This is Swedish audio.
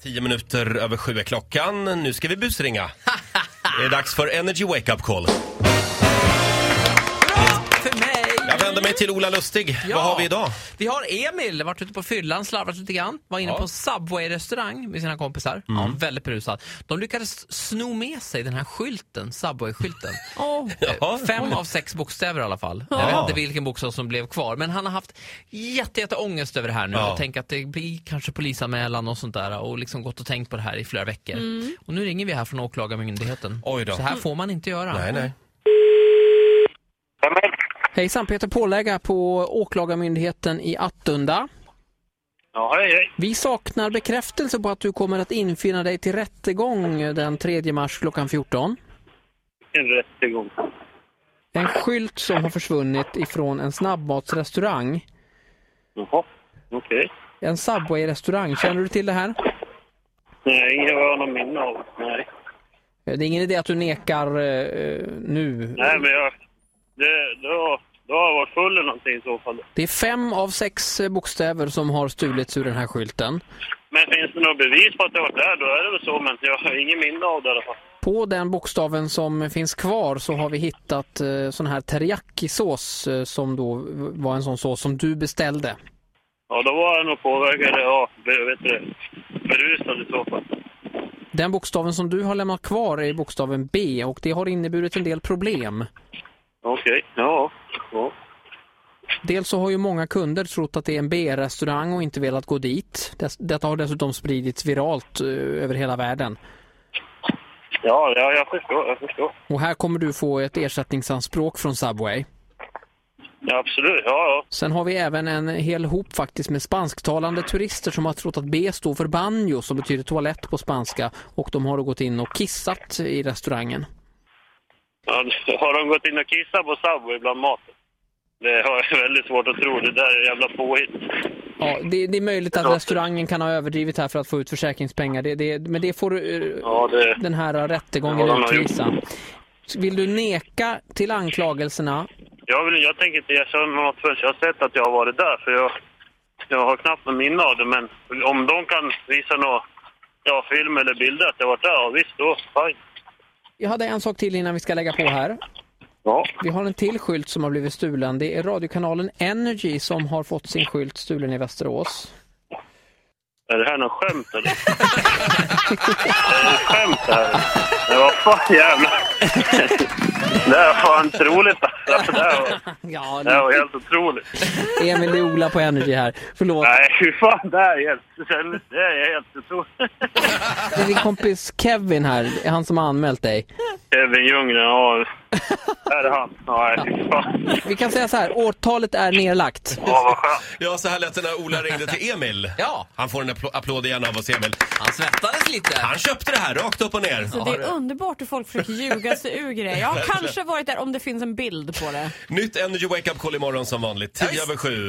Tio minuter över sju är klockan. Nu ska vi busringa. Det är dags för Energy Wake Up Call. För mig! Jag vänder mig till Ola Lustig. Vad har vi idag? Vi har Emil, varit ute på fyllan, slarvat lite grann. Var inne på Subway-restaurang med sina kompisar. Ja, Mm. väldigt berusad. De lyckades sno med sig den här skylten, Subway-skylten. Åh. Ja. Fem av sex bokstäver i alla fall. Jag vet inte vilken bokstav som blev kvar. Men han har haft jätte, jätte ångest över det här nu Ja. och tänkt att det blir kanske polisanmälan och sånt där och liksom gått och tänkt på det här i flera veckor. Och nu ringer vi här från Åklagarmyndigheten. Oj då. Så här får man inte göra. Nej, nej. Emil? Hejsan, Peter Pålägga på Åklagarmyndigheten i Attunda. Ja, hej, hej. Vi saknar bekräftelse på att du kommer att infinna dig till rättegång den 3 mars klockan 14. En rättegång. En skylt som har försvunnit ifrån en snabbmatsrestaurang. Jaha, okej. En Subway-restaurang, känner du till det här? Nej, ingen vad jag har någon minne av. Nej. Eh, Det är ingen idé att du nekar eh, nu. Nej, men jag... Det, det, har, det har varit full eller någonting i så fall. Det är fem av sex eh, bokstäver som har stulits ur den här skylten. Men finns det något bevis på att jag var där, då är det väl så. Men jag har ingen minne av det i alla fall. På den bokstaven som finns kvar så har vi hittat eh, sån här teriyakisås eh, som då var en sån sås som du beställde. Ja, då var jag nog påverkad. Ja, be- vet du det? Berusad i så fall. Den bokstaven som du har lämnat kvar är bokstaven B och det har inneburit en del problem. Okej, ja. ja. Dels så har ju många kunder trott att det är en B-restaurang och inte velat gå dit. Dess- Detta har dessutom spridits viralt eh, över hela världen. Ja, ja, jag förstår. Jag förstår. Och här kommer du få ett ersättningsanspråk från Subway. Ja, absolut. Ja, ja. Sen har vi även en hel hop faktiskt med spansktalande turister som har trott att B står för banjo som betyder toalett på spanska och de har då gått in och kissat i restaurangen. Ja, har de gått in och kissat på Subway bland maten? Det har jag väldigt svårt att tro. Det där är jävla påhitt. Ja, det, det är möjligt att restaurangen kan ha överdrivit här för att få ut försäkringspengar, det, det, men det får eh, Ja, det... den här Ja, rättegången de har utvisa. Vill du neka till anklagelserna? Jag, vill, jag tänker inte erkänna något förrän jag har sett att jag har varit där. För jag, jag har knappt något minne av det. Men om de kan visa någon ja, film eller bilder att jag varit där, ja, visst då. Fine. Jag hade en sak till innan vi ska lägga på här. Ja. Vi har en till skylt som har blivit stulen. Det är radiokanalen Energy som har fått sin skylt stulen i Västerås. Är det här något skämt eller? är det ett skämt det här? Men vad fan jävlar. det här var fan otroligt alltså. Det här var, Ja, det här var helt otroligt. Emil det är Ola på Energy här. Förlåt. Nej, hur fan. Det här är helt, det här är helt otroligt. Det är din kompis Kevin här, det är han som har anmält dig. Kevin Ljunggren, ja. Är det han? Nej, fy fan. Vi kan säga så här, årtalet är nerlagt. Ja, vad skönt. Ja, så här lät det när Ola ringde till Emil. Ja. Han får en appl- applåd igen av oss, Emil. Han svettades lite. Han köpte det här rakt upp och ner. Så det är underbart hur folk försöker ljuga sig ur grejer. Jag har kanske varit där om det finns en bild på det. Nytt Energy Wake Up Call imorgon som vanligt. 10 över 7.